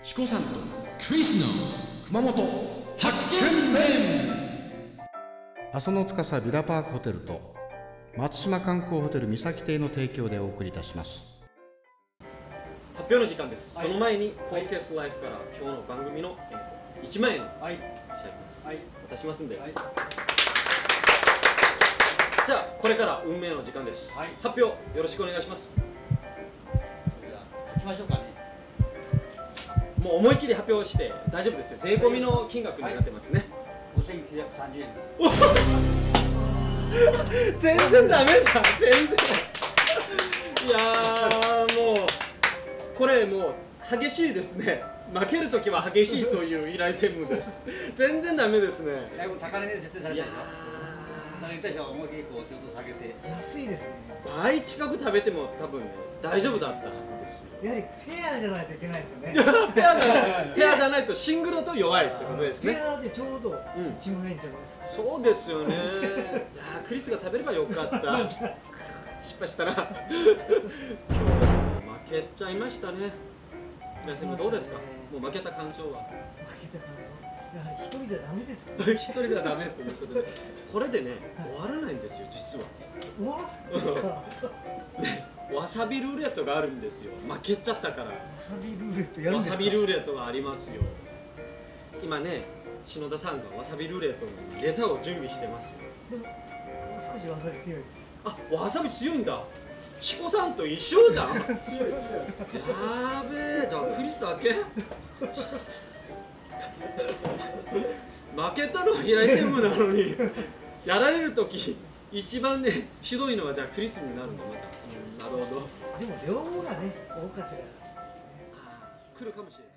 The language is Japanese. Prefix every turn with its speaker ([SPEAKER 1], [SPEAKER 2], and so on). [SPEAKER 1] チコさんとクリスの熊本発見面
[SPEAKER 2] 阿蘇の司ビラパークホテルと松島観光ホテル三崎邸の提供でお送りいたします
[SPEAKER 3] 発表の時間です、
[SPEAKER 4] はい
[SPEAKER 3] その前に、ポ
[SPEAKER 4] はい
[SPEAKER 3] ッドキャストライフから今日の番組の、えー、と1万円を
[SPEAKER 4] はい、
[SPEAKER 3] 差し上げます、
[SPEAKER 4] はい
[SPEAKER 3] 渡しますんで、
[SPEAKER 4] はい、
[SPEAKER 3] じゃあこれから運命の時間です、
[SPEAKER 4] はい
[SPEAKER 3] 発表よろしくお願いします
[SPEAKER 4] 行きましょうかね。
[SPEAKER 3] もう思い切り発表して大丈夫ですよ税込みの金額になってますね、
[SPEAKER 4] 五千九百三十円です。
[SPEAKER 3] 全然ダメじゃん 全然いやーもうこれもう激しいですね負けるときは激しいという依頼専務です全然ダメですね
[SPEAKER 4] だいぶ高値で設定され
[SPEAKER 3] い
[SPEAKER 4] た
[SPEAKER 3] や
[SPEAKER 4] でしょ。だから言ったでしょ、思いっきりこうちょっと下げて。
[SPEAKER 5] 安いですね
[SPEAKER 3] 倍近く食べても多分ね大丈夫だったはずですよ
[SPEAKER 5] やはりペアじゃないといけないんですよね
[SPEAKER 3] ペアじゃないペアじゃないとシングルだと弱いってことです
[SPEAKER 5] ペ
[SPEAKER 3] ね
[SPEAKER 5] アでちょうど
[SPEAKER 3] ん
[SPEAKER 5] 1万円じゃないですか、
[SPEAKER 3] そうですよねいやークリスが食べればよかった失敗したな今日は負けちゃいましたね皆さんどうですかもう負けた感想は
[SPEAKER 5] 負けた感想やはり一人じゃダメです
[SPEAKER 3] 一人ではダメっていうことでこれでね終わらないんですよ実は
[SPEAKER 5] 終わらないですからわ
[SPEAKER 3] わさびルーレットがあるんですよ負けちゃったから
[SPEAKER 5] さびルーレットやるん
[SPEAKER 3] わ
[SPEAKER 5] ですか
[SPEAKER 3] さびルーレットがありますよ今ね篠田さんがわさびルーレットのネタを準備してますよ
[SPEAKER 5] でも少しわさび強いです
[SPEAKER 3] あわさび強いんだチコさんと一緒じゃんや
[SPEAKER 1] 強い強い
[SPEAKER 3] ーべえじゃあクリスだけ負けたのは平井専務なのにやられる時一番ねひどいのはじゃあクリスになるんだまた、なるほど
[SPEAKER 5] でも両方がね多かったから
[SPEAKER 3] 来るかもしれない